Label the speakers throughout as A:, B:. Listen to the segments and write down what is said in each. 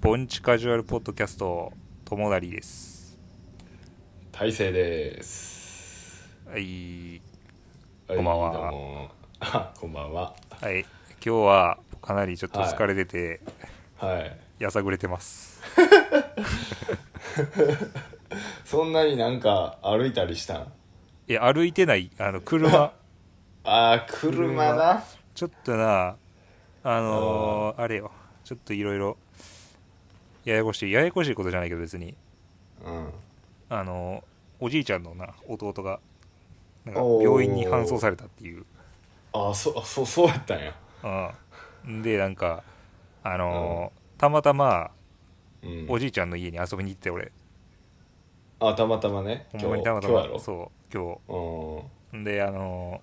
A: ボンチカジュアルポッドキャスト友成です
B: 大勢です。
A: はい
B: こ
A: んばんは
B: は。 こんばんは。
A: はい今日はかなりちょっと疲れてて、
B: はい。
A: やさぐれてます
B: そんなになんか歩いたりしたん
A: いや歩いてないあの 車
B: あー、車だ。
A: ちょっとなあのーあれよちょっといろいろややこしいややこしいことじゃないけど別に
B: うん。
A: あのーおじいちゃんのな弟がなんか
B: おー
A: 病院に搬送されたっていう
B: あー、そ、あそう、そうやったんや。
A: うん、でなんかあのーたまたま
B: うん。
A: おじいちゃんの家に遊びに行って俺
B: あ、たまたまね。
A: ほ
B: 今
A: ん
B: 日、
A: まにたま
B: 今
A: た
B: 日
A: ま
B: やろ
A: そう今
B: う。ん。
A: 日んであの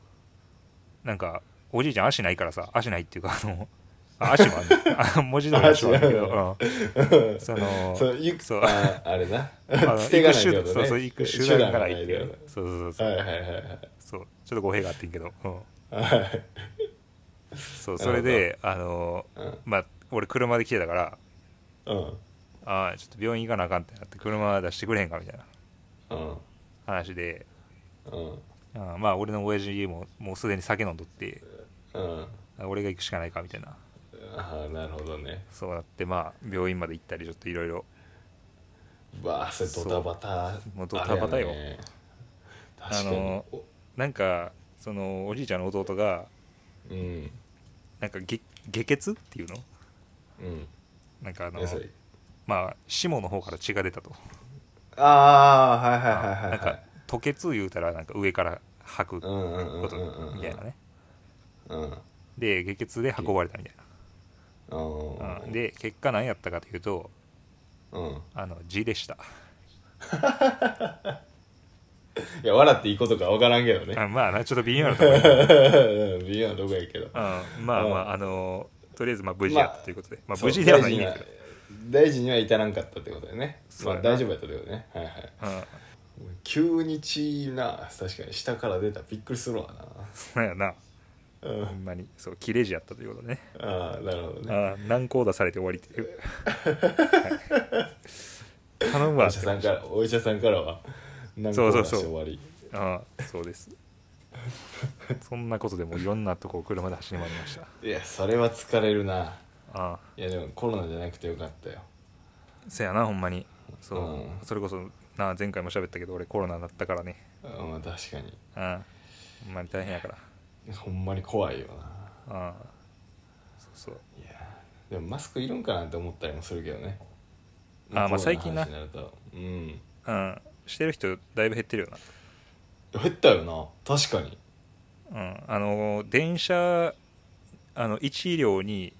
A: ーなんかおじいちゃん足ないからさ足ないっていうかあのあ足はあるね あ文字通り足はあるけど、うん、その
B: そう、ゆく、
A: そう
B: あーあれな。
A: あの
B: つてがないって
A: 行
B: こ
A: く手
B: とね。
A: そうそう行く手段がないっていう
B: 手
A: ね
B: 段
A: そうそうそう
B: がないはいはいはいはい。
A: そうちょっと語弊があってんけど、うん、
B: はい。
A: そうそ
B: なるほど
A: れであのー
B: うん
A: まあ俺車で来てたから
B: うん。
A: あーちょっと病院行かなあかんってなって車出してくれへんかみたいな
B: うん。
A: 話で
B: うん。
A: あーまあ俺の親父ももうすでに酒飲んどって
B: うん。
A: あ俺が行くしかないかみたいな
B: あーなるほどね。
A: そうなってまあ病院まで行ったりちょっといろいろ
B: わあそれドタバタ
A: うもうドタバタよ
B: あれやね確か
A: あ
B: に
A: の
B: お
A: なんかそのおじいちゃんの弟が
B: うん
A: なんかげ下血っていうの
B: うん
A: なんかあの
B: えそれ
A: まあ下の方から血が出たと
B: ああはいはいはい
A: な
B: は
A: ん
B: いは
A: か
B: い
A: 吐血言うたらなんか上から吐く
B: う
A: こ
B: んうんうん
A: と
B: うんうん
A: みたいなね
B: うん
A: で下血で運ばれたみたい
B: うん
A: な、うん、で結果何やったかというと
B: うん
A: あの痔でした
B: いや笑っていいことか分からんけどね
A: あまあなちょっと微妙なところ
B: うん微妙なとこやけど
A: うんまあまああのとりあえずまあ無事やったということで、まあ、
B: そう
A: 無事ではないんだ
B: 大
A: け
B: 事
A: ど
B: には大事には至らんかったってことだよね
A: そう
B: ま
A: や
B: あ
A: な
B: 大丈夫やったってことだよねはいはい
A: うん
B: 急に血な確かに下から出たびっくりするわ
A: そうやな
B: なうん
A: ほんまにそう切れ字やったということでね
B: ああなるほどね
A: ああ難航出されて終わりっていう、はい頼む
B: お
A: わ
B: 医
A: っ
B: 者
A: て
B: さんからお医者さんからは何
A: そうそう
B: 個出
A: そ
B: して
A: う
B: 終わり
A: ああそうですそんなことでもいろんなとこ車で走り回りました
B: いやそれは疲れるな
A: ああ
B: いやでもコロナじゃなくてよかったよ
A: せやなほんまにそう、
B: うん
A: それこそなあ前回も喋ったけど俺コロナになったからね
B: うんまあ確かに
A: ああほんまに大変やから
B: ほんまに怖いよな
A: ああそうそう
B: いやでもマスクいるんかなって思ったりもするけどね
A: あーまあ
B: コロナの
A: 最近な
B: 話になるとうん
A: うんしてる人だいぶ減ってるよ
B: 減ったよな確かに
A: なうんあの電車あの1医療に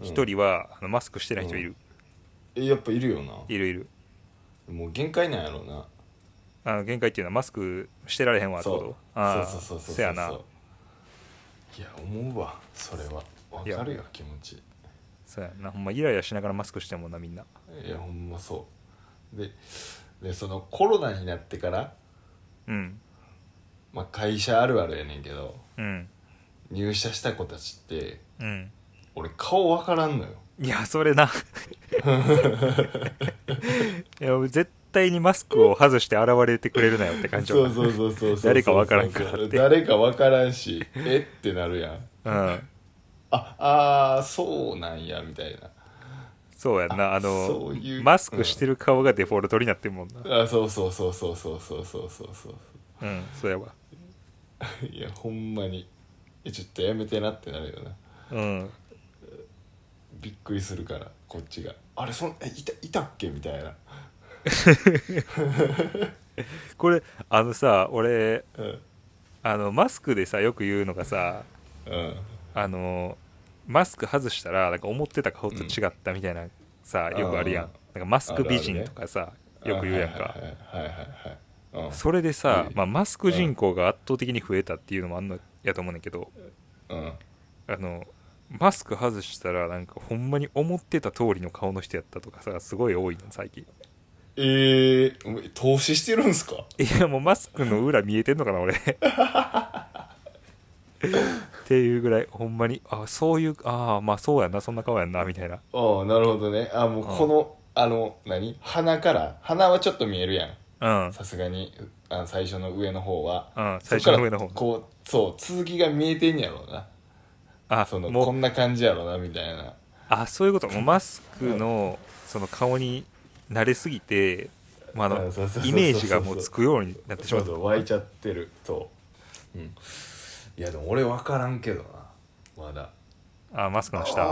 A: 1人は、あのマスクしてない人いる、
B: えやっぱいるよない
A: るいる
B: もう限界なんやろうな
A: あの限界っていうのはマスクしてられへんわってこ
B: そう
A: とああ
B: そうそうそうそうそう
A: せやない
B: や思うわそれはわかるよ気持ち
A: そうやなほんまイライラしながらマスクしてんもんなみんない
B: やほんまそうででそのコロナになってから、
A: うん
B: まあ、会社あるあるやねんけど
A: うん
B: 入社した子たちって
A: うん
B: 俺顔わからんのよ
A: いやそれな いや絶対にマスクを外して現れてくれるなよって感じ
B: そうそうそうそうそう
A: 誰かわからんからって
B: 誰かわからん しえってなるやん
A: うん
B: ああーそうなんやみたい
A: そうやんなあの
B: そういう
A: マスクしてる顔がデフォルトになってるもんな
B: なあそうそうそうそうそうそうそうそうそう
A: うんそうやわ
B: いやほんまにえちょっとやめてなってなるよな
A: うん
B: びっくりするからこっちがあれそんえいたいたっけみたいな
A: これあのさ俺
B: うん
A: あのマスクでさよく言うのがさ
B: うん
A: あのマスク外したらなんか思ってた顔と違ったみたいな、さよくあるやん
B: あ
A: なんかマスク美人とかさよく言うやん
B: は
A: か
B: いはいはいはいはい、うん
A: それでさ、
B: うん
A: まあ、マスク人口が圧倒的に増えたっていうのもあんのやと思うねんだけど
B: うん
A: あのマスク外したらなんかほんまに思ってた通りの顔の人やったとかさすごい多いの最近
B: ええー、投資してるんすか
A: いやもうマスクの裏見えてんのかな俺っていうぐらいほんまにあそういうああまあそうやんなそんな顔やんなみたいな
B: おうなるほどねあもうこの、あの何鼻から鼻はちょっと見えるやん
A: うん
B: さすがにあの最初の上の方は、
A: うん最初の上の
B: そ
A: 方
B: っからこうそう続きが見えてんやろうな
A: あ
B: その
A: もう
B: こんな感じやろうなみたいな
A: あそういうこともうマスクのその顔に慣れすぎて、まあ、あの
B: うんそうそうそうそうそう
A: イメージがもうつくようになってし
B: ちょ
A: ま
B: う
A: った
B: ど湧いちゃってるそう、うん、いやでも俺分からんけどなまだ
A: あマスクの
B: あ
A: 下
B: ー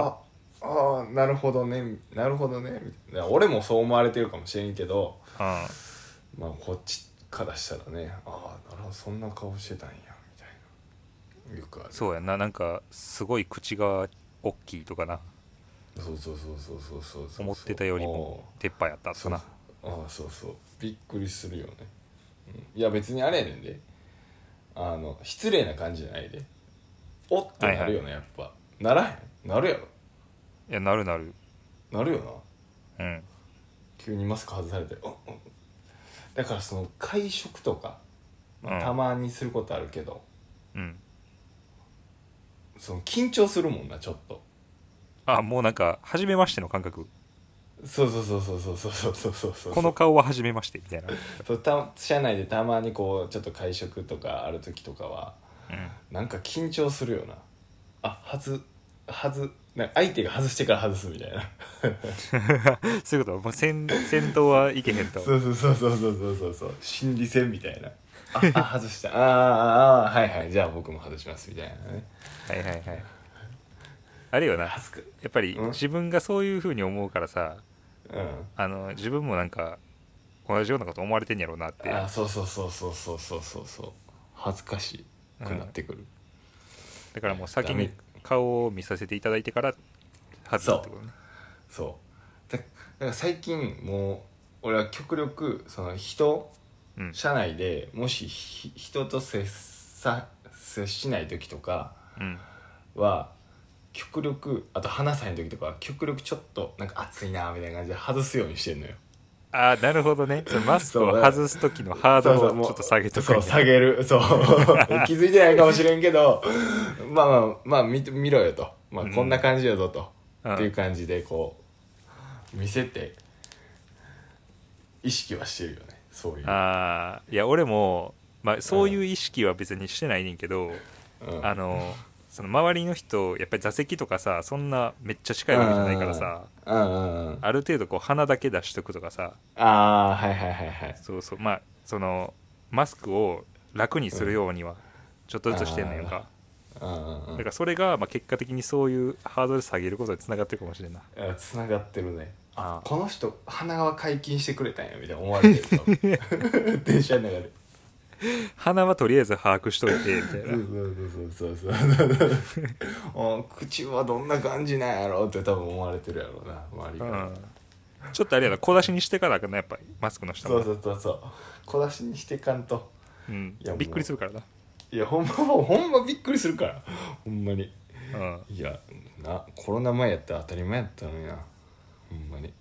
B: あーなるほどねなるほどねみたいな俺もそう思われてるかもしれんけど
A: うん
B: まあこっちからしたらねああなるほどそんな顔してたんやみたいなよくある
A: そうやんななんかすごい口が大きいとかな
B: そうそうそうそうそうそうそう
A: 思ってたよりも鉄板やったと
B: そ
A: か
B: う
A: な
B: ああそうそうびっくりするよね、うんいや別にあれやねんであの失礼な感じじゃないでおってなるよね、やっぱならへんなるやろ
A: いやなるなる
B: なるよな
A: うん
B: 急にマスク外されてうんうんだからその会食とか、まあ
A: うん
B: たまにすることあるけど
A: うん
B: その緊張するもんなちょっと
A: あもうなんか初めましての感覚
B: そうそうそうそうそうそうそうそうそうそう
A: この顔は初めましてみたいな、
B: そうた社内でたまにこうちょっと会食とかある時とかは
A: うん
B: なんか緊張するよなあ外外なんか相手が外してから外すみたいな
A: そういうこともう先先頭はいけへんと
B: そうそうそうそうそうそうそうそう心理戦みたいなああ外したあーあーあーはいはいじゃあ僕も外しますみたいなね
A: はいはいはいあれよなや
B: 恥ずか
A: っぱり
B: うん
A: 自分がそういうふうに思うからさ
B: うん
A: あの自分もなんか同じようなこと思われてんやろうなって
B: あそうそうそうそうそうそうそうそう恥ずかしくなってくる、
A: だからもう先
B: ダ
A: に
B: メ
A: 顔を見させていただいてから外すってことね
B: そうだだから最近もう俺は極力その人
A: うん
B: 社内でもしひ人と接さ接しない時とか
A: うん
B: は極力あと話さない時とかは極力ちょっとなんか暑いなみたいな感じで外すようにしてんのよ
A: ああなるほどねそのマスクを外す時のハード
B: そうそう
A: ル
B: も
A: を
B: う
A: ちょっと下げとく
B: そう下げるそう 気づいてないかもしれんけどまあまあまあ見て見ろよと、まあ、
A: うん
B: こんな感じよぞと、
A: うん
B: っていう感じでこう見せて意識はしてるよねそういう
A: あーいや俺も、まあ、そういう意識は別にしてないねんけど、
B: うん
A: あのその周りの人やっぱり座席とかさそんなめっちゃ近いわけじゃないからさ、
B: うんうんうん
A: ある程度こう鼻だけ出しとくとかさ
B: ああーはいはいはいはい
A: そうそうまあそのマスクを楽にするようにはちょっとずつしてんのよか、
B: うんうんうん
A: だからそれがまあ結果的にそういうハードル下げることにつながってるかもしれんない
B: あつながってるね
A: あ
B: この人鼻が解禁してくれたんやみたいな思われてると電車の中で
A: 鼻はとりあえず把握しといてみたい
B: そ
A: な
B: うそうそうそうそう お口はどんな感じなんやろって多分思われてるやろうな周りか
A: う
B: ら、
A: んちょっとあれやな小出しにしてからかなやっぱりマスクの下
B: そ
A: も
B: うそうそうそう小出しにしてかんと
A: うん
B: いやもう
A: びっくりするからない
B: やほんまもうほんまびっくりするからほんまに
A: うん
B: いやなコロナ前やったら当たり前やったのになほんまにびっ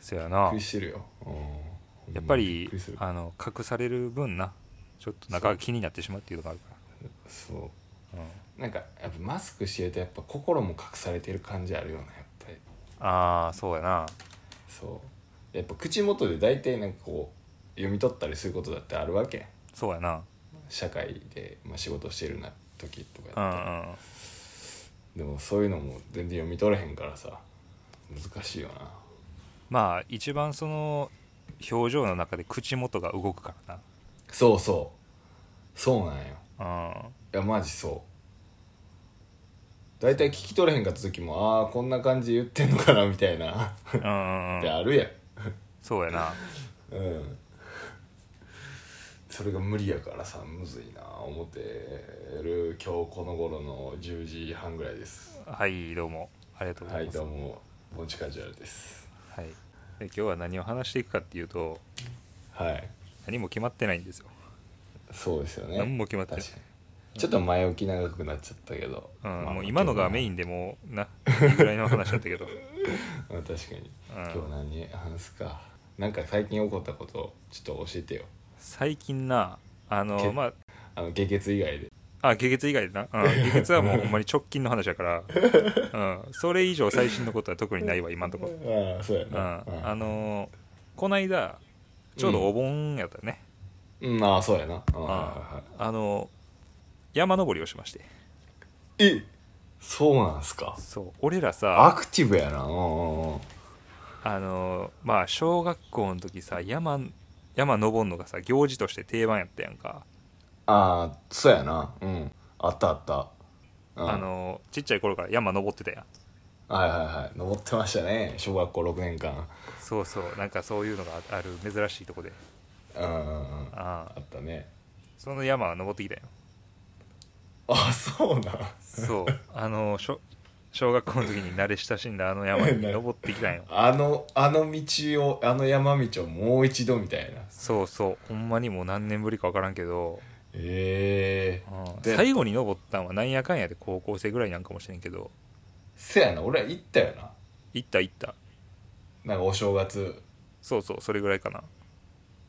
A: そやな
B: くりしてるようんほんまに
A: やっぱ
B: び
A: り
B: っくりする
A: あの隠される分なちょっと中が気になってしまうっていうのがあるか
B: そう
A: ら、うん、
B: なんかやっぱマスクしてるとやっぱ心も隠されてる感じあるよねやっぱり
A: ああそうやな
B: そうやっぱ口元で大体なんかこう読み取ったりすることだってあるわけ
A: そうやな
B: 社会で、まあ、仕事してるな時とか
A: うん
B: やっ
A: う
B: たら、
A: ん
B: でもそういうのも全然読み取れへんからさ難しいよな
A: まあ一番その表情の中で口元が動くから
B: そうそうそうなんよ
A: なうん
B: いやマジそう大体聞き取れへんかった時もああーこんな感じで言ってんのかなみたいな
A: うんうん
B: っ
A: う
B: て
A: ん
B: あるやん
A: そうやな
B: うんそれが無理やからさむずいな思ってる今日この頃の10時半ぐらいです
A: はいどうもありがとうご
B: は
A: ざい
B: い
A: ます
B: どうもボンチカジュアルです
A: はい、で今日は何を話していくかっていうと
B: はい
A: 何も決まってないんですよ
B: そうですよね
A: 何も決まってない
B: 確かにちょっと前置き長くなっちゃったけど、
A: うん
B: まあ
A: もう今のがメイ
B: ン
A: ンでもうないいぐらいの話だったけど
B: 確かに、
A: うん
B: 今日何話すかなんか最近起こったことちょっと教えてよ
A: 最近なあの
B: け
A: まあ
B: あの下血以外で
A: ああ下月以外でな、うん、下月はもうほんまに直近の話やから、うん、それ以上最新のことは特にないわ今んとこ、うん
B: ああそうやな
A: あのーこないだちょうどお盆やったね、
B: うんああそうやなああは
A: あのー山登りをしまして
B: いはいえそうなんすか
A: そう俺らさ
B: アクティブやなうんうんうん
A: あのーまあ小学校の時さ山山登んのがさ行事として定番やったやんか、
B: ああそうやなうんあったあった、うん、
A: あのーちっちゃい頃から山登ってたやん
B: はいはいはい登ってましたね小学校6年間
A: そうそうなんかそういうのがあある珍しいとこで
B: うんうんうんあ
A: ああ
B: ったね
A: その山は登ってきたよ
B: あそうなん
A: そう あのしょ小学校の時に慣れ親しんだあの山に登って きたんよ
B: あのあの道をあの山道をもう一度みたいな
A: そうそうほんまにもう何年ぶりか分からんけど、
B: ええ
A: うん
B: で
A: 最後に登ったんはなんやかんやで高校生ぐらいなんかもしれんけど
B: せやな俺は行ったよな
A: 行った行った
B: なんかお正月
A: そうそうそれぐらいかな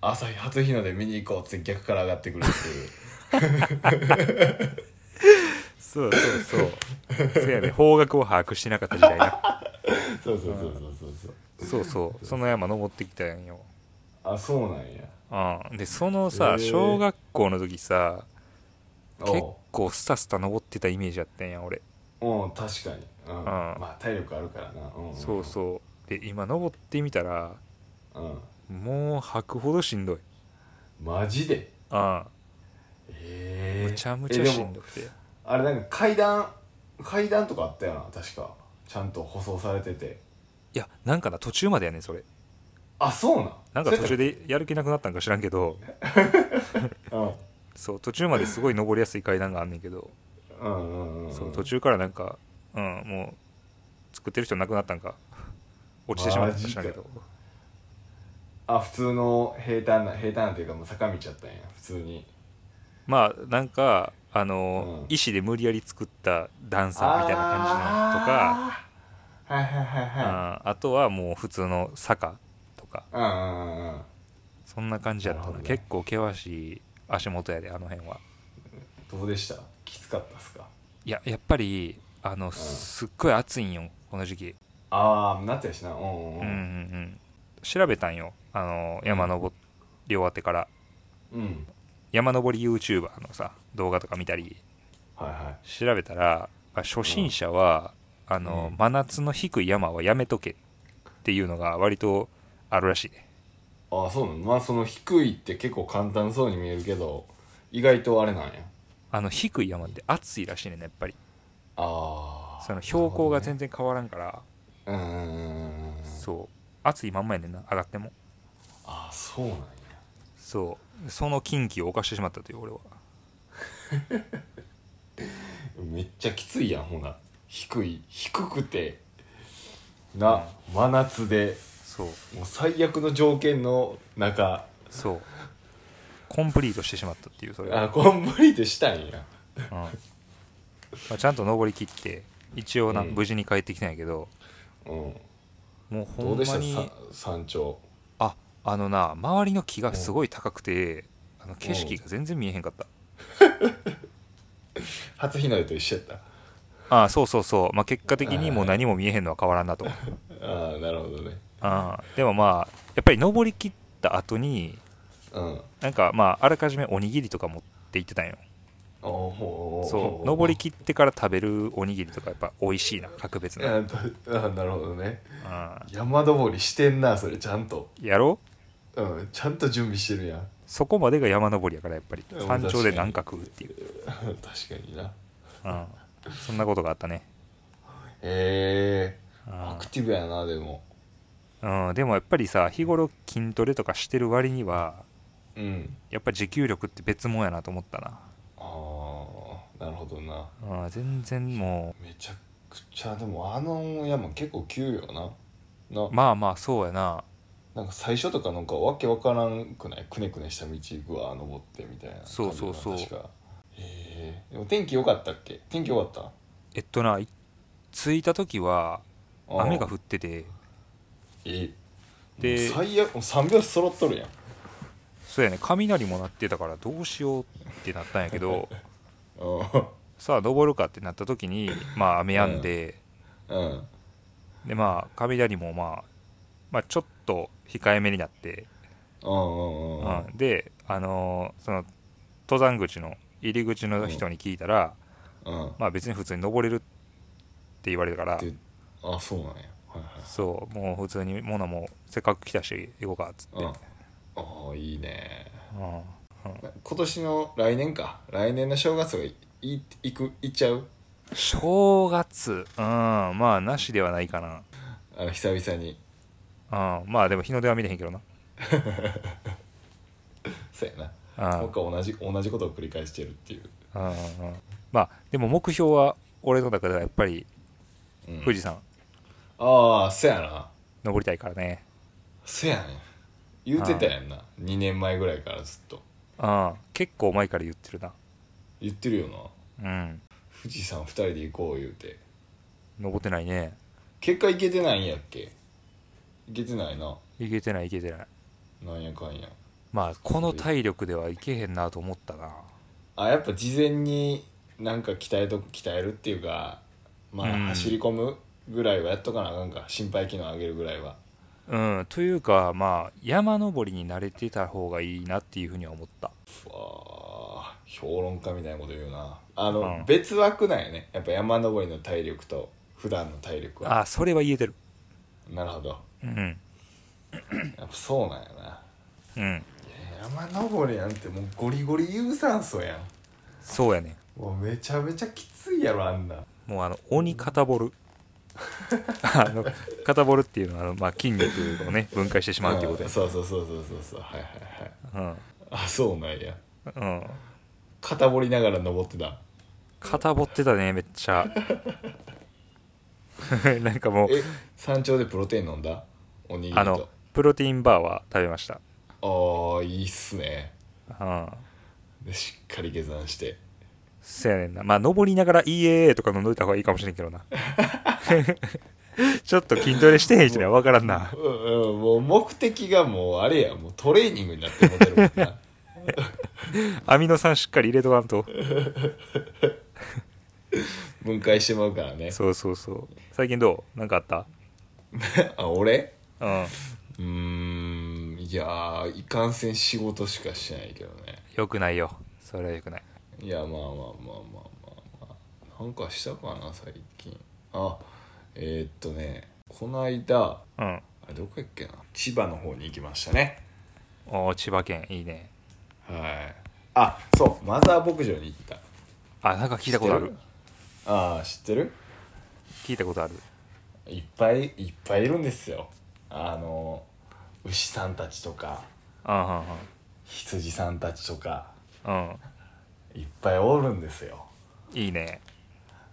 B: 朝日初日の出見に行こうっつって逆から上がってくるっていう
A: そうそう そうそうやね方角を把握してなかった時代な
B: そうそうそうそうそうそう
A: そうそうその山登ってきたんよ
B: あそうなんや
A: うんでそのさ、
B: へえ
A: 小学校の時さ結
B: お
A: 構スタスタ登ってたイメージやったんや俺
B: ううん確かにうん
A: あ
B: まあ体力あるからなうん
A: そうそうで今登ってみたら
B: ううん
A: もう吐くほどしんどい
B: マジで
A: ああ
B: ええ
A: むちゃむちゃし
B: えで
A: ん
B: も
A: どくて
B: あれなんか階段階段とかあったよな確かちゃんと舗装されてて
A: いやなんかな途中までやねんそれ
B: あそうなん
A: なんか途中でやる気なくなったんか知らんけど
B: うん
A: そう途中まですごい登りやすい階段があんねんけど
B: うんうんうん
A: そう途中からなんか、うん、もう作ってる人なくなったんか落ちてしまったんか知らんけど
B: あ普通の平坦な平坦なっていうかもう坂道やったんや普通に
A: まあなんかあの、
B: うん
A: 石で無理やり作った段差みたいな感じのとか
B: あーはいはいはいは
A: あーあとはもう普通の坂とか
B: いうんうんうんうん
A: そんな感じやった
B: なる
A: な
B: ほどね
A: 結構険しい足元やであの辺は
B: どうでしたきつかったっすか
A: いややっぱりあの、すっごい暑いんよこの時期
B: ああ夏やしなうんうん
A: うんうんうん調べたんよあの山登り終わってから
B: うん、うん、
A: 山登り YouTuber のさ動画とか見たり
B: はいはい
A: 調べたら、まあ、初心者は、あの
B: うん
A: 真夏の低い山はやめとけっていうのが割とあるらしいね
B: ああそうなのまあその低いって結構簡単そうに見えるけど意外とあれなんや
A: あの低い山って暑いらしいねんやっぱり
B: ああ
A: その標高が全然変わらんから
B: うんうんうんうんうん
A: そう暑いまんまやねんな上がっても
B: ああそうなんや
A: そうその禁忌を犯してしまったという俺は
B: めっちゃきついやんほな低い低くてな真夏で
A: そう
B: もう最悪の条件の中
A: そうコンプリートしてしまったっていうそれは、
B: あコンプリートしたんや
A: うんまあ、ちゃんと登りきって一応な、
B: うん
A: 無事に帰ってきたんやけど
B: うん
A: もう
B: ど
A: ほ
B: うん
A: ま
B: でし
A: に
B: たさ山頂
A: ああのな周りの木がすごい高くて、あの景色が全然見えへんかった、
B: 初日の出と一緒やった
A: ああそうそうそう、まあ、結果的にもう何も見えへんのは変わらんなと
B: ああなるほどね
A: ああでもまあやっぱり登りきった後に
B: うん
A: なんかまああらかじめおにぎりとか持って行ってたんよ
B: おお
A: そう登りきってから食べるおにぎりとかやっぱ美味しいな格別な、
B: ああなるほど ね
A: ああ
B: 山登りしてんなそれちゃんと
A: やろう
B: うんちゃんと準備してるやん
A: そこまでが山登りやからやっぱり
B: うん
A: 山頂で何か食うっていう、
B: 確かにな
A: うん、そんなことがあったね
B: へえ
A: あ
B: アクティブやなでも
A: うん、でもやっぱりさ日頃筋トレとかしてる割には
B: うん
A: やっぱ持久力って別もんやなと思った
B: ああなるほどな
A: な、うん、全然も
B: めちゃくちゃでもあの山結構急よなな
A: うまあまあそうやな
B: なんか最初とかなんかわけわからんくないくねくねした道ぐわー登ってみたいな
A: そうそうそう
B: 感じかな確かへえでも天気良かったっけ天気良かった
A: えっとない着いた時は
B: ああ
A: 雨が降ってて
B: え
A: で
B: で最悪もう3拍子揃っとるやん
A: そうやね雷も鳴ってたからどうしようってなったんやけど
B: う
A: さあ登るかってなった時にまあ雨やんで、
B: んうん
A: でまあ雷もまあまあちょっと控えめになって、
B: うんうんうん
A: うんであのーその登山口の入り口の人に聞いたら、
B: うん
A: まあ別に普通に登れるって言われたから
B: であそうなんやはいはい
A: そうもう普通にモナもせっかく来たし行こうかっつって、
B: うん、ああいいね
A: うん
B: 今年の来年か来年の正月がいいいく行っちゃう
A: 正月うんまあなしではないかな
B: あの久々に
A: うん、まあでも日の出は見れへんけどな
B: そうや
A: あ
B: な
A: あ
B: 僕は同じ同じことを繰り返してるっていう、
A: うんうんうんまあでも目標は俺の中ではやっぱり
B: うん
A: 富士山
B: ああそうやな
A: 登りたいからね、
B: そうやね言うてたやんな2年前ぐらいからずっと
A: うん、結構前から言ってるな
B: 言ってるよな
A: うん
B: 富士山2人で行こう言うて
A: 登ってないね
B: 結果行けてないんやっけ行けてないない
A: けてないいけてない
B: なんやかんや
A: まあこの体力ではいけへんなと思ったな
B: あやっぱ事前になんか鍛えと鍛えるっていうかまあ、
A: うん
B: 走り込むぐらいはやっとかなあかんか心肺機能上げるぐらいは
A: うんというかまあ山登りに慣れてた方がいいなっていうふうには思った
B: ふわー評論家みたいなこと言うなあの、
A: うん
B: 別枠なんやねやっぱ山登りの体力と普段の体力は
A: あそれは言えてる
B: なるほど
A: うん
B: やっぱそうなんやな
A: うん
B: 山登りなんてもうゴリゴリ有酸素や
A: そうやね
B: んもうめちゃめちゃきついやろあんな
A: もうあの鬼肩ボ ルあの肩ボルっていうのはあの、まあ、筋肉をね分解してしまうっていうこと
B: ん
A: です、
B: そうそうそうそうそうそうはいはいはい
A: うん
B: あそうなんや
A: うん、
B: 肩掘りながら登ってた
A: 肩ぼってたねめっちゃ なんかもう
B: え山頂でプロテイン飲んだおにぎり
A: あの
B: と
A: プロテインバーは食べました、
B: ああいいっすね
A: うん、
B: でしっかり下山して
A: せやねんなまあ登りながら EAA とか飲んどいた方がいいかもしれんけど なちょっと筋トレしてへん人には分からんな
B: うんうんもう目的がもうあれやもうトレーニングになってもてるもん な
A: アミノ酸しっかり入れとかんと
B: 分解してまうからね
A: そうそうそう最近どうなんかあった
B: あ俺
A: うん
B: うーんいやーいかんせん仕事しかしてないけどね
A: よくないよそれはよくない
B: いやまあまあまあまあまあまあなんかしたかな最近あえー、っとねこないだ
A: うん
B: あれどこやっけな千葉の方に行きましたね
A: おー千葉県いいね
B: はいあそうマザー牧場に行った
A: あなんか聞いたことある
B: 知ってああ知ってる
A: 聞いたことある
B: いっぱいいっぱいいるんですよあの牛さんたちとか
A: あ
B: 羊さんたちとか
A: あうんうん
B: いっぱいおるんですよ
A: いいね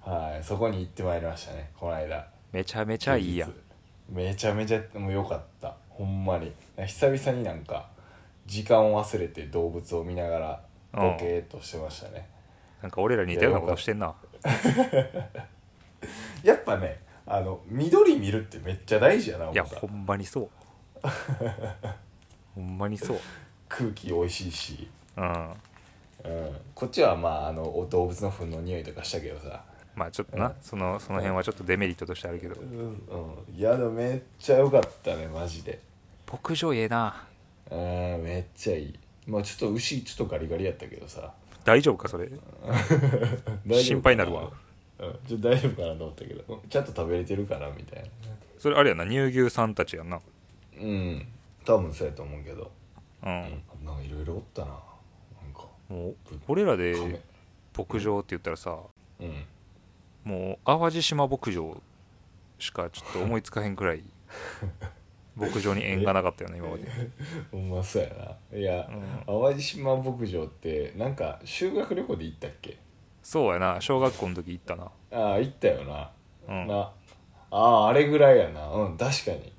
B: はいそこに行ってまいりましたねこの間
A: めちゃめちゃいいやん
B: めちゃめちゃもう良かったほんまに久々になんか時間を忘れて動物を見ながらボケーっとしてましたね、
A: なんか俺ら似たようなことしてんな
B: やっぱねあの緑見るってめっちゃ大事やない
A: や
B: 思った
A: ほんまにそう ほんまにそう
B: 空気美味しいし、
A: うん
B: うん、こっちはまああのお動物の糞の匂いとかしたけどさ
A: まあちょっとなそのその辺はちょっとデメリットとしてあるけど
B: うんいやでもめっちゃ良かったねマジで
A: 牧場ええな
B: うんめっちゃいいまあちょっと牛ちょっとガリガリやったけどさ
A: 大丈夫かそれ
B: 大丈夫か
A: 心配になるわ
B: うん、ちょっと大丈夫かなと思ったけどちゃんと食べれてるかなみたいな
A: それあれやな乳牛さんたちやんな
B: うん多分そうやと思うけど、
A: う
B: うん
A: ん、
B: なんかいろいろおったななんか
A: もう俺ら
B: カメ
A: で牧場って言ったらさ
B: うん
A: もう淡路島牧場しかちょっと思いつかへんく らい牧場に縁がなかったよね今まで
B: ほんまそうやないや、淡路島牧場ってなんか修学旅行で行ったっけ
A: そうやな小学校の時行ったな
B: ああ行ったよな、
A: うん
B: なあああれぐらいやなうん確かに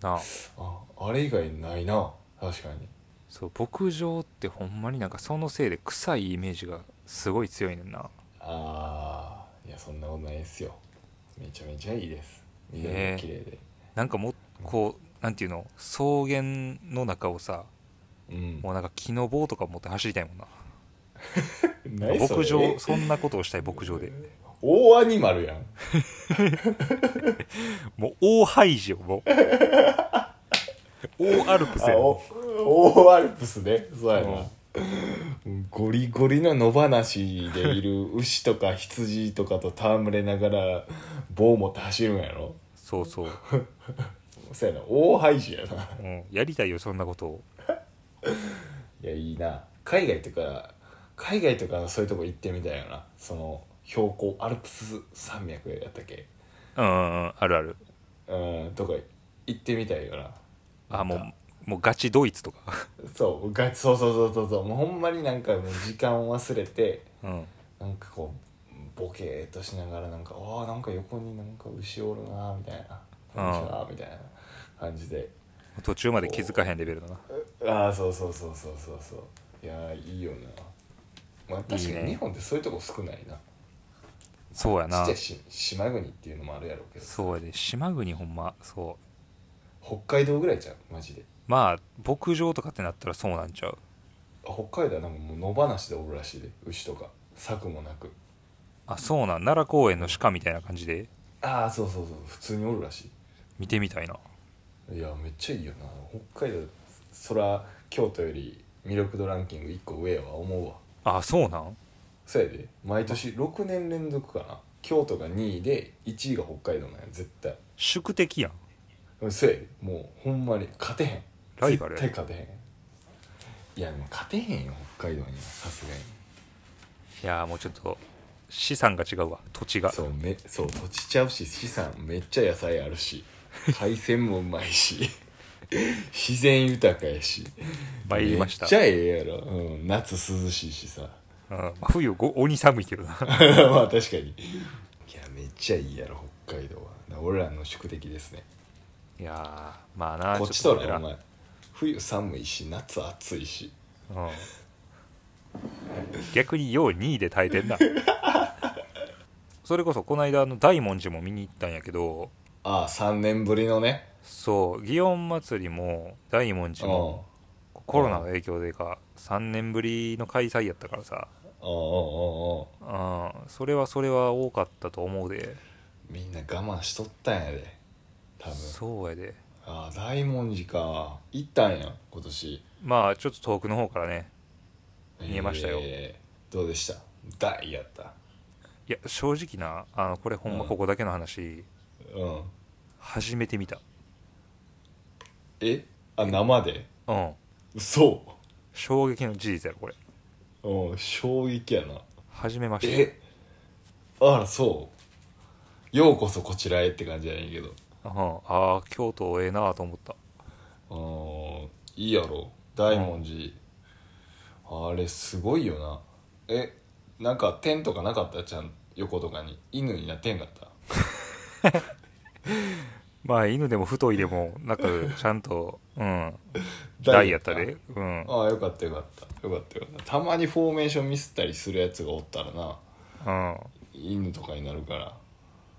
A: なあ
B: ああれ以外ないな確かに
A: そう牧場ってほんまになんかそのせいで臭いイメージがすごい強いねんな
B: ああいやそんなことないですよめちゃめちゃいいです
A: へ
B: 緑が
A: え
B: 綺麗で、
A: なんかもうこうなんていうの草原の中をさ
B: うん
A: もうなんか木の棒とか持って走りたいもんな
B: 何それ
A: 牧場そんなことをしたい牧場で
B: 大アニマルやん
A: もう大廃寺よも う大アルプス
B: あ
A: や
B: お大アルプスねそうやな、ゴリゴリの野放しでいる牛とか羊とかと戯れながら棒持って走るんやろ
A: そうそう、
B: そうやな大ハイジやな
A: うん、やりたいよそんなことを
B: いやいいな海外とか海外とかのそういうとこ行ってみたいよなその標高アルプス山脈やったっけ
A: うんうんうんあるある
B: うんとか行ってみたいよな
A: あもうもうガチドイツとか
B: そうガチそうそうそうそうそうもうほんまになんかもう時間を忘れて
A: うん
B: なんかこうボケーっとしながらなんかあーなんか横になんか牛おるなーみたいな
A: うん
B: こんにちはーみたいな感じで
A: 途中まで気づかへんレベルだな
B: ああそうそうそうそうそうそういやーいいよなまあ確
A: い
B: か
A: いね
B: に日本ってそういうとこ少ないな
A: そうや
B: ちっ
A: な
B: ちゃいし島国っていうのもあるやろうけど
A: そうやで島国ほんまそう
B: 北海道ぐらいじゃんマジで
A: まあ牧場とかってなったらそうなんちゃう
B: あ北海道はなんかもう野放しでおるらしいで牛とか柵もなく
A: あそうなん奈良公園の鹿みたいな感じで
B: ああそうそうそう普通におるらし
A: 見てみたいない
B: いやめっちゃいいよな北海道そら京都より魅力度ランキング1個上やわ思うわ
A: あそうなん
B: そうやで毎年6年連続かな京都が2位で1位が北海道なんや絶対
A: 宿敵やん
B: うんそうやでもうほんまに勝てへん
A: ライバル
B: 絶対勝てへんいやでも勝てへんよ北海道にはさすがに
A: いやーもうちょっと資産が違うわ土地が
B: そうめそう土地ちゃうし資産めっちゃ野菜あるし海鮮もうま いし自然豊かやし
A: 参りました
B: めっちゃええやろ、うん、夏涼しいしさ
A: うんまあ冬ご鬼寒いけどな
B: まあ確かにいやめっちゃいいやろ北海道はだから俺らの宿敵ですね
A: いやーまあな
B: こっちと
A: ょっ
B: ら
A: と
B: お前冬寒いし夏暑いし
A: 俺らうん逆によう2位で耐えてんなそれこそこの間あの大文字も見に行ったんやけど
B: ああ3年ぶりのね
A: そう祇園祭りも大文字も
B: う
A: コロナの影響でか3年ぶりの開催やったからさ
B: んうんうんうんうん
A: うんそれはそれは多かったと思うで
B: みんな我慢しとったんやで多分
A: そうやで
B: ああ大文字か行ったんや今年
A: まあちょっと遠くの方からね見えましたよ
B: えーどうでした大やった
A: いや正直なあのこれほんまここだけの話、
B: うん
A: 初めて見た
B: えあ生で
A: うん
B: 嘘
A: 衝撃の事実やろこれ
B: うん衝撃やな
A: 初めまして
B: えあらそうようこそこちらへって感じやねんけど
A: うん、ああ京都ええなと思った
B: うんいいやろ大文字、あれすごいよなえなんか点とかなかったちゃん横とかに犬になってんかった
A: まあ犬でも太いでもなくちゃん とうん大やったでうん
B: ああよかったよかったよかったよかったたまにフォーメーションミスったりするやつがおったらな
A: うん
B: 犬とかになるから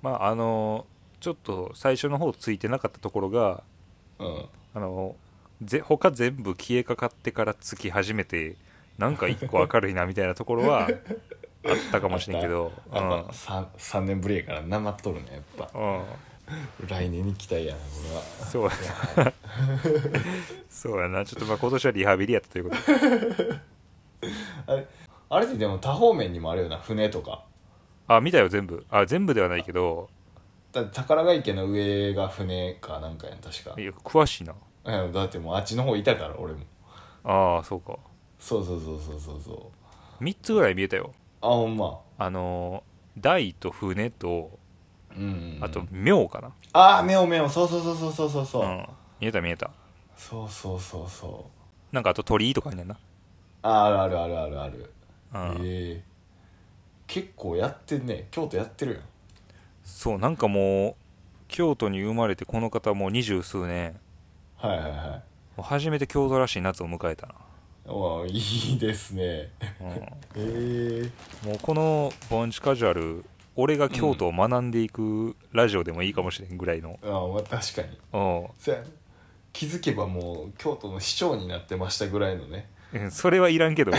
A: まああのちょっと最初の方ついてなかったところが
B: うん
A: あのぜ他全部消えかかってからつき始めてなんか一個明るいなみたいなところ はあったかもしれんけど
B: やっぱ 3, 三年ぶりやからなまっとるねやっぱ
A: うん、うん、
B: 来年に期待やなこれは
A: そうや なそうやなちょっとまあ今年はリハビリやったということで
B: あれあれってでも多方面にもあるよな船とか
A: あ見たよ全部あ全部ではないけど
B: だって宝ヶ池の上が船かなんかやん確か
A: いや詳しいな
B: うんだってもうあっちの方いたから俺も
A: ああそうか
B: そうそうそうそうそうそう
A: 3つぐらい見えたよ
B: あほんま
A: あのー大と船と
B: うんうんうん
A: あと妙かな、
B: ああ目を目をそうそうそうそうそうそうそうう、
A: ん見えた見えた
B: そうそうそうそう
A: なんかあと鳥居とかにねんな
B: あるあるあるあるある
A: うん
B: ええ結構やってんね京都やってる
A: そうなんかもう京都に生まれてこの方もう二十数年
B: やんはいはいはい
A: もう初めて京都らしい夏を迎えたな、
B: おーいいですね
A: うん、
B: ええ
A: もうこの「ボンチカジュアル」俺が京都を学んでいくラジオでもいいかもしれんぐらいの、
B: ああまあ確かに
A: うん
B: そや気づけばもう京都の市長になってましたぐらいのね
A: うんそれはいらんけど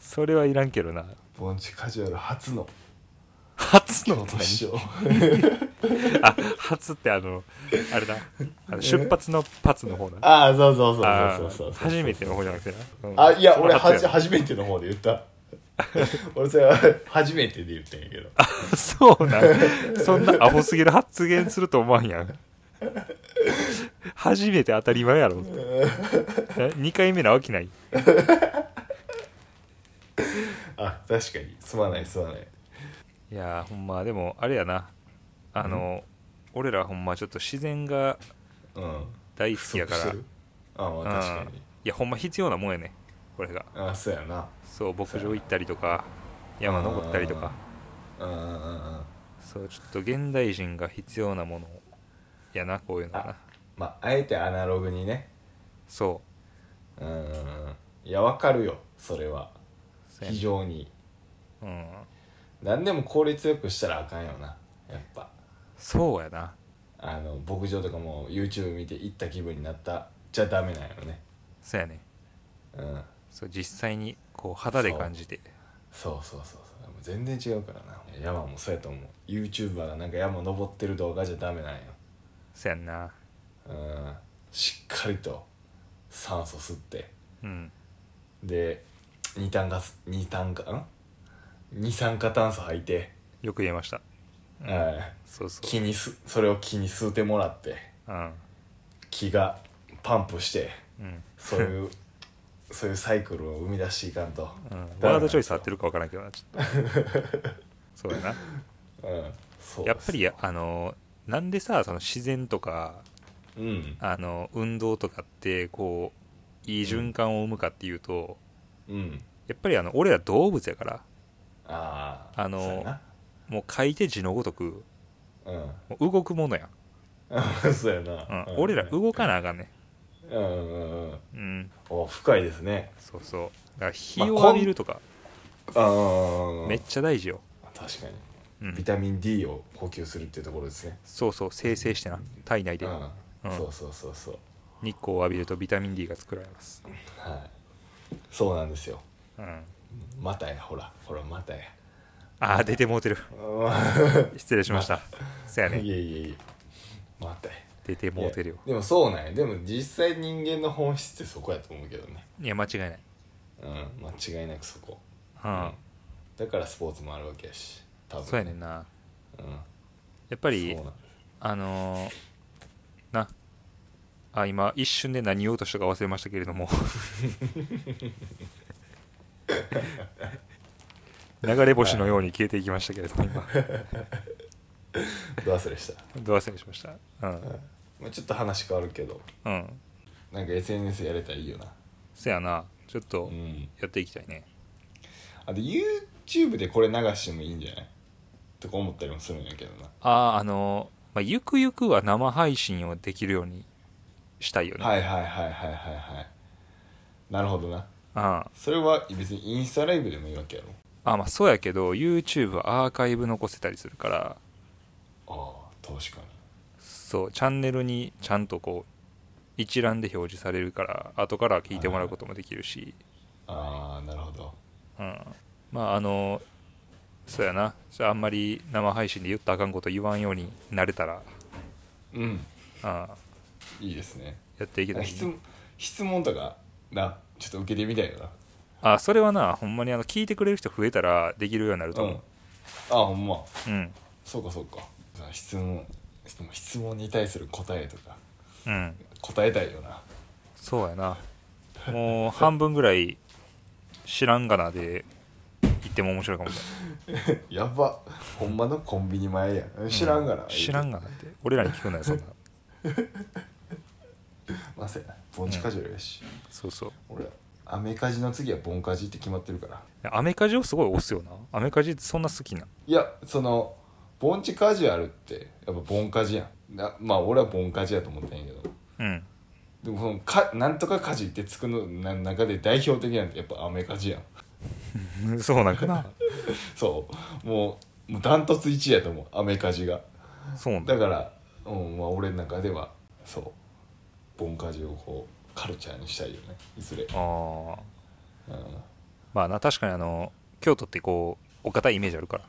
A: それはいらんけどな
B: ボンチカジュアル初の
A: 初の
B: 今年を
A: あ初ってあのあれだあの出発のパツの方だ
B: ああそうそう
A: あ
B: そうそうそうそう
A: ー初めての方じゃなくてな、うん
B: あいや
A: それ
B: 俺は
A: 初
B: じ
A: や
B: 初めての方で言った 俺それは初めてで言ったんやけど
A: そうなんそんなアホすぎる発言すると思わんやん初めて当たり前やろ2回目なわけない
B: あ確かにすまないすまない
A: いやーほんまでもあれやなあの、俺らほんまちょっと自然が
B: うん
A: 大好きやから
B: 不足してるあまあ確か
A: うん
B: に
A: いやほんま必要なもんやねこれが
B: あそうやな
A: そう牧場行ったりとか山登ったりとか
B: うんうんうんうん
A: そうちょっと現代人が必要なものやなこういうのはな
B: まああえてアナログにね
A: そ
B: うんうんうんいやわかるよそれは
A: うそうや
B: 非
A: ね
B: 常に
A: うん
B: 何でも効率よくしたらあかんよなやっぱ
A: そうやな
B: あの牧場とかも YouTube 見て行った気分になったじゃダメなんやろね
A: そうやね
B: うん
A: そう実際にこう肌で感じて
B: そうそうそうそうもう全然違うからな山もそうやと思う YouTuber がなんか山登ってる動画じゃダメなんよ
A: そうやんな
B: うんしっかりと酸素吸って
A: うん
B: で二酸化す二酸化ん二酸化炭素吐いて、
A: よく言えました
B: う
A: うんんそうそう
B: 気にすそれを気に吸うてもらって
A: うん
B: 気がパンプして
A: うん
B: そういうそういうサイクルを生み出していかんと、
A: うん
B: だ
A: ワードチョイス合ってるか分からんけどなちょっと そうやな
B: うん、そう
A: やっぱりあのなんでさその自然とか
B: うん
A: あの運動とかってこういい循環を生むかっていうと、
B: うん
A: やっぱりあの俺ら動物やから
B: ああ
A: あの
B: そうやな
A: もう書いて字のごとくもう動くものやん、
B: うん そうや
A: うん
B: な、
A: 俺ら動かなあかんね
B: うんうんうん
A: んうん
B: お深いですね
A: そうそうだから日を浴びるとか、
B: ああ
A: めっちゃ大事よ、
B: 確かに
A: う
B: ビ
A: ん、
B: タミン D を補給するっていうところですね
A: そうそう生成してな体内で
B: うん、
A: うん
B: そうそうそうそう
A: 日光を浴びるとビタミン D が作られます、
B: はいそうなんですよ
A: うん、
B: またやほらほらまたや
A: ああ出てもうてる失礼しましたそや
B: い
A: ね
B: やいやいやまたや
A: 出てもうてるよ
B: いやでもそうなんやでも実際人間の本質ってそこやと思うけどね
A: いや間違いない
B: うん間違いなくそこ
A: う、
B: うんだからスポーツもあるわけやし多分
A: そうやねんな
B: うんやっ
A: やっぱり
B: そうなん
A: あのーなあ今一瞬で何言おうとしたか忘れましたけれど も流れ星のように消えていきましたけれども今
B: ど忘れした、
A: どう忘れしましたうん
B: まあ、ちょっと話変わるけど
A: うん
B: なんか SNS やれたらいいよな
A: せやなちょっと
B: ん
A: やっていきたいね
B: あと YouTube でこれ流してもいいんじゃないとか思ったりもするんやけどな
A: あああのーまあ、ゆくゆくは生配信をできるようにしたいよね、
B: はいはいはいはいはいはいなるほどな
A: あ
B: それは別にインスタライブでもいいわけやろ
A: あまあそうやけど YouTube はアーカイブ残せたりするから
B: ああ確か
A: そうチャンネルにちゃんとこう一覧で表示されるから後から聞いてもらうこともできるし、
B: にああなるほど
A: うん、まああのそうやなじゃああんまり生配信で言ったらあかんこと言わんようになれたら、
B: うん
A: うん、や
B: いいですね
A: っていけたらいいね
B: 質問質問とかなちょっと受けてみたいよな
A: あそれはなほんまにあの聞いてくれる人増えたらできるようになると
B: うん
A: 思
B: ああほんま
A: ううん
B: そうかそうか質問質問に対する答えとか
A: うん、
B: 答えたいよな
A: そうやなもう半分ぐらい知らんがなで言っても面白いかもし
B: やばほんまのコンビニ前やん
A: れ
B: 知
A: な
B: ら
A: い
B: んがな、
A: う知らんがなって俺らに聞くなよそんな
B: まあせやなボンチカジュアルやし、
A: そうそう
B: 俺アメカジの次はボンカジって決まってるから
A: アメカジをすごい押すよなアメカジってそんな好きない
B: やそのボンチカジュアルってやっぱボンカジやんなまあ俺はボンカジやと思ったんやけど
A: うん
B: でもそのかなんとかカジってつくのな中で代表的なんてやっぱアメカジやん
A: そうなんか な
B: そうもうもうダントツ1位やと思うアメカジが
A: そうなんだ
B: だから、うんまあ、俺の中ではそうボンカジをこうカルチャーにしたいよねいずれ
A: ああ
B: うん
A: まあな確かにあの京都ってこうお堅いイメージあるから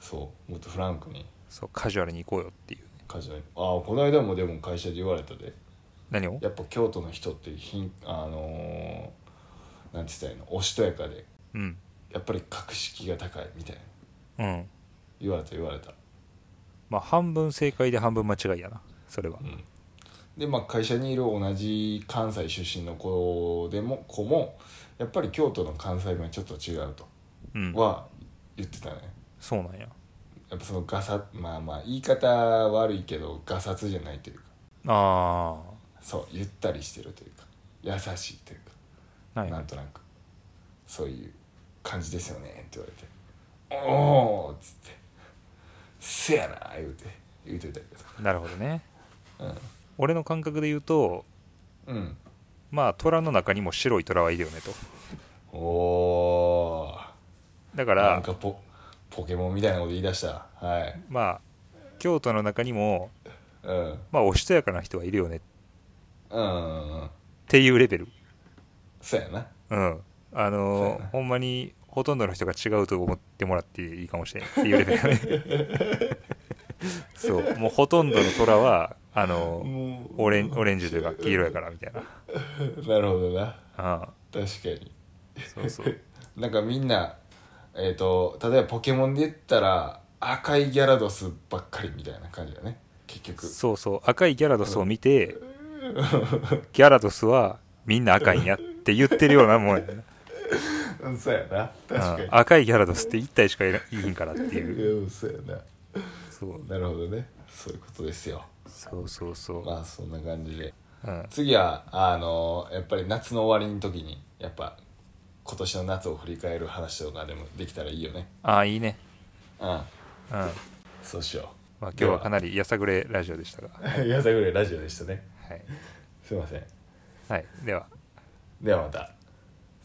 B: そうもっとフランクに
A: そうカジュアルに行こうよっていう
B: カジュアルにああこの間もでも会社で言われたで
A: 何を
B: やっぱ京都の人ってひんあのー、なんて言ったらいいのおしとやかで
A: うん
B: やっぱり格式が高いみたいな
A: うん
B: 言われた言われた、
A: まあ半分正解で半分間違いやなそれは
B: うん、でまあ会社にいる同じ関西出身の子でも子もやっぱり京都の関西弁はちょっと違うと
A: うん
B: は言ってたね
A: そうなんや
B: やっぱそのガサまあまあ言い方悪いけどガサツじゃないというか
A: あ
B: そうゆったりしてるというか優しいというか
A: あはい
B: なんとなくそういう感じですよねって言われて「おお!」っつって「せやな!」言うて言うといたけ
A: なるほどね
B: ど
A: 俺の感覚で言うと
B: うん、うん、
A: まあ虎の中にも白い虎はいるよねと
B: おお
A: だか
B: なん
A: ら
B: かポポケモンみたいなこと言い出したはい
A: まあ京都の中にも
B: うん
A: まあおしとやかな人はいるよねっ
B: うんうんうん
A: ていうレベル
B: そうやな
A: うんあ
B: そうや
A: の
B: な
A: ほんまにほとんどの人が違うと思ってもらっていいかもしれないっていうレベルね そうもうほとんどの虎はあの
B: もう
A: オレンオレンジというか黄色やからみたいな
B: なるほどな
A: あ
B: 確かに
A: あそうそう
B: なんかみんなえっ、と例えばポケモンで言ったら赤いギャラドスばっかりみたいな感じだね結局
A: そうそう赤いギャラドスを見てギャラドスはみんな赤いんやって言ってるようなも んやな
B: うんそうやな
A: うん赤いギャラドスって1体しかいないいんからっていう
B: うんそうやな
A: そう
B: なるほどねそういうことですよ
A: そうそうそ
B: まあそんな感じで
A: う、うん、
B: 次はあのやっぱり夏の終わりの時にやっぱ今年の夏を振り返る話とかでもできたらいいよね
A: ああいいね
B: うん
A: うんまあ
B: そうしよ
A: 今日はかなりやさぐれラジオでしたがは
B: うやさぐれラジオでしたね
A: い、
B: すいません
A: はい、では
B: ではまた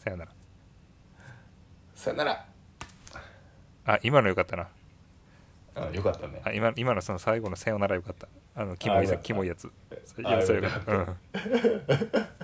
A: さよなら
B: さよなら
A: あ今のよかったな
B: あよかったね
A: あ今今のその最後のさよならよかったあのキモい
B: あよか
A: さ
B: った
A: キモいやつそれ
B: あ
A: それよ
B: よ
A: か
B: か
A: っ
B: ったた
A: うん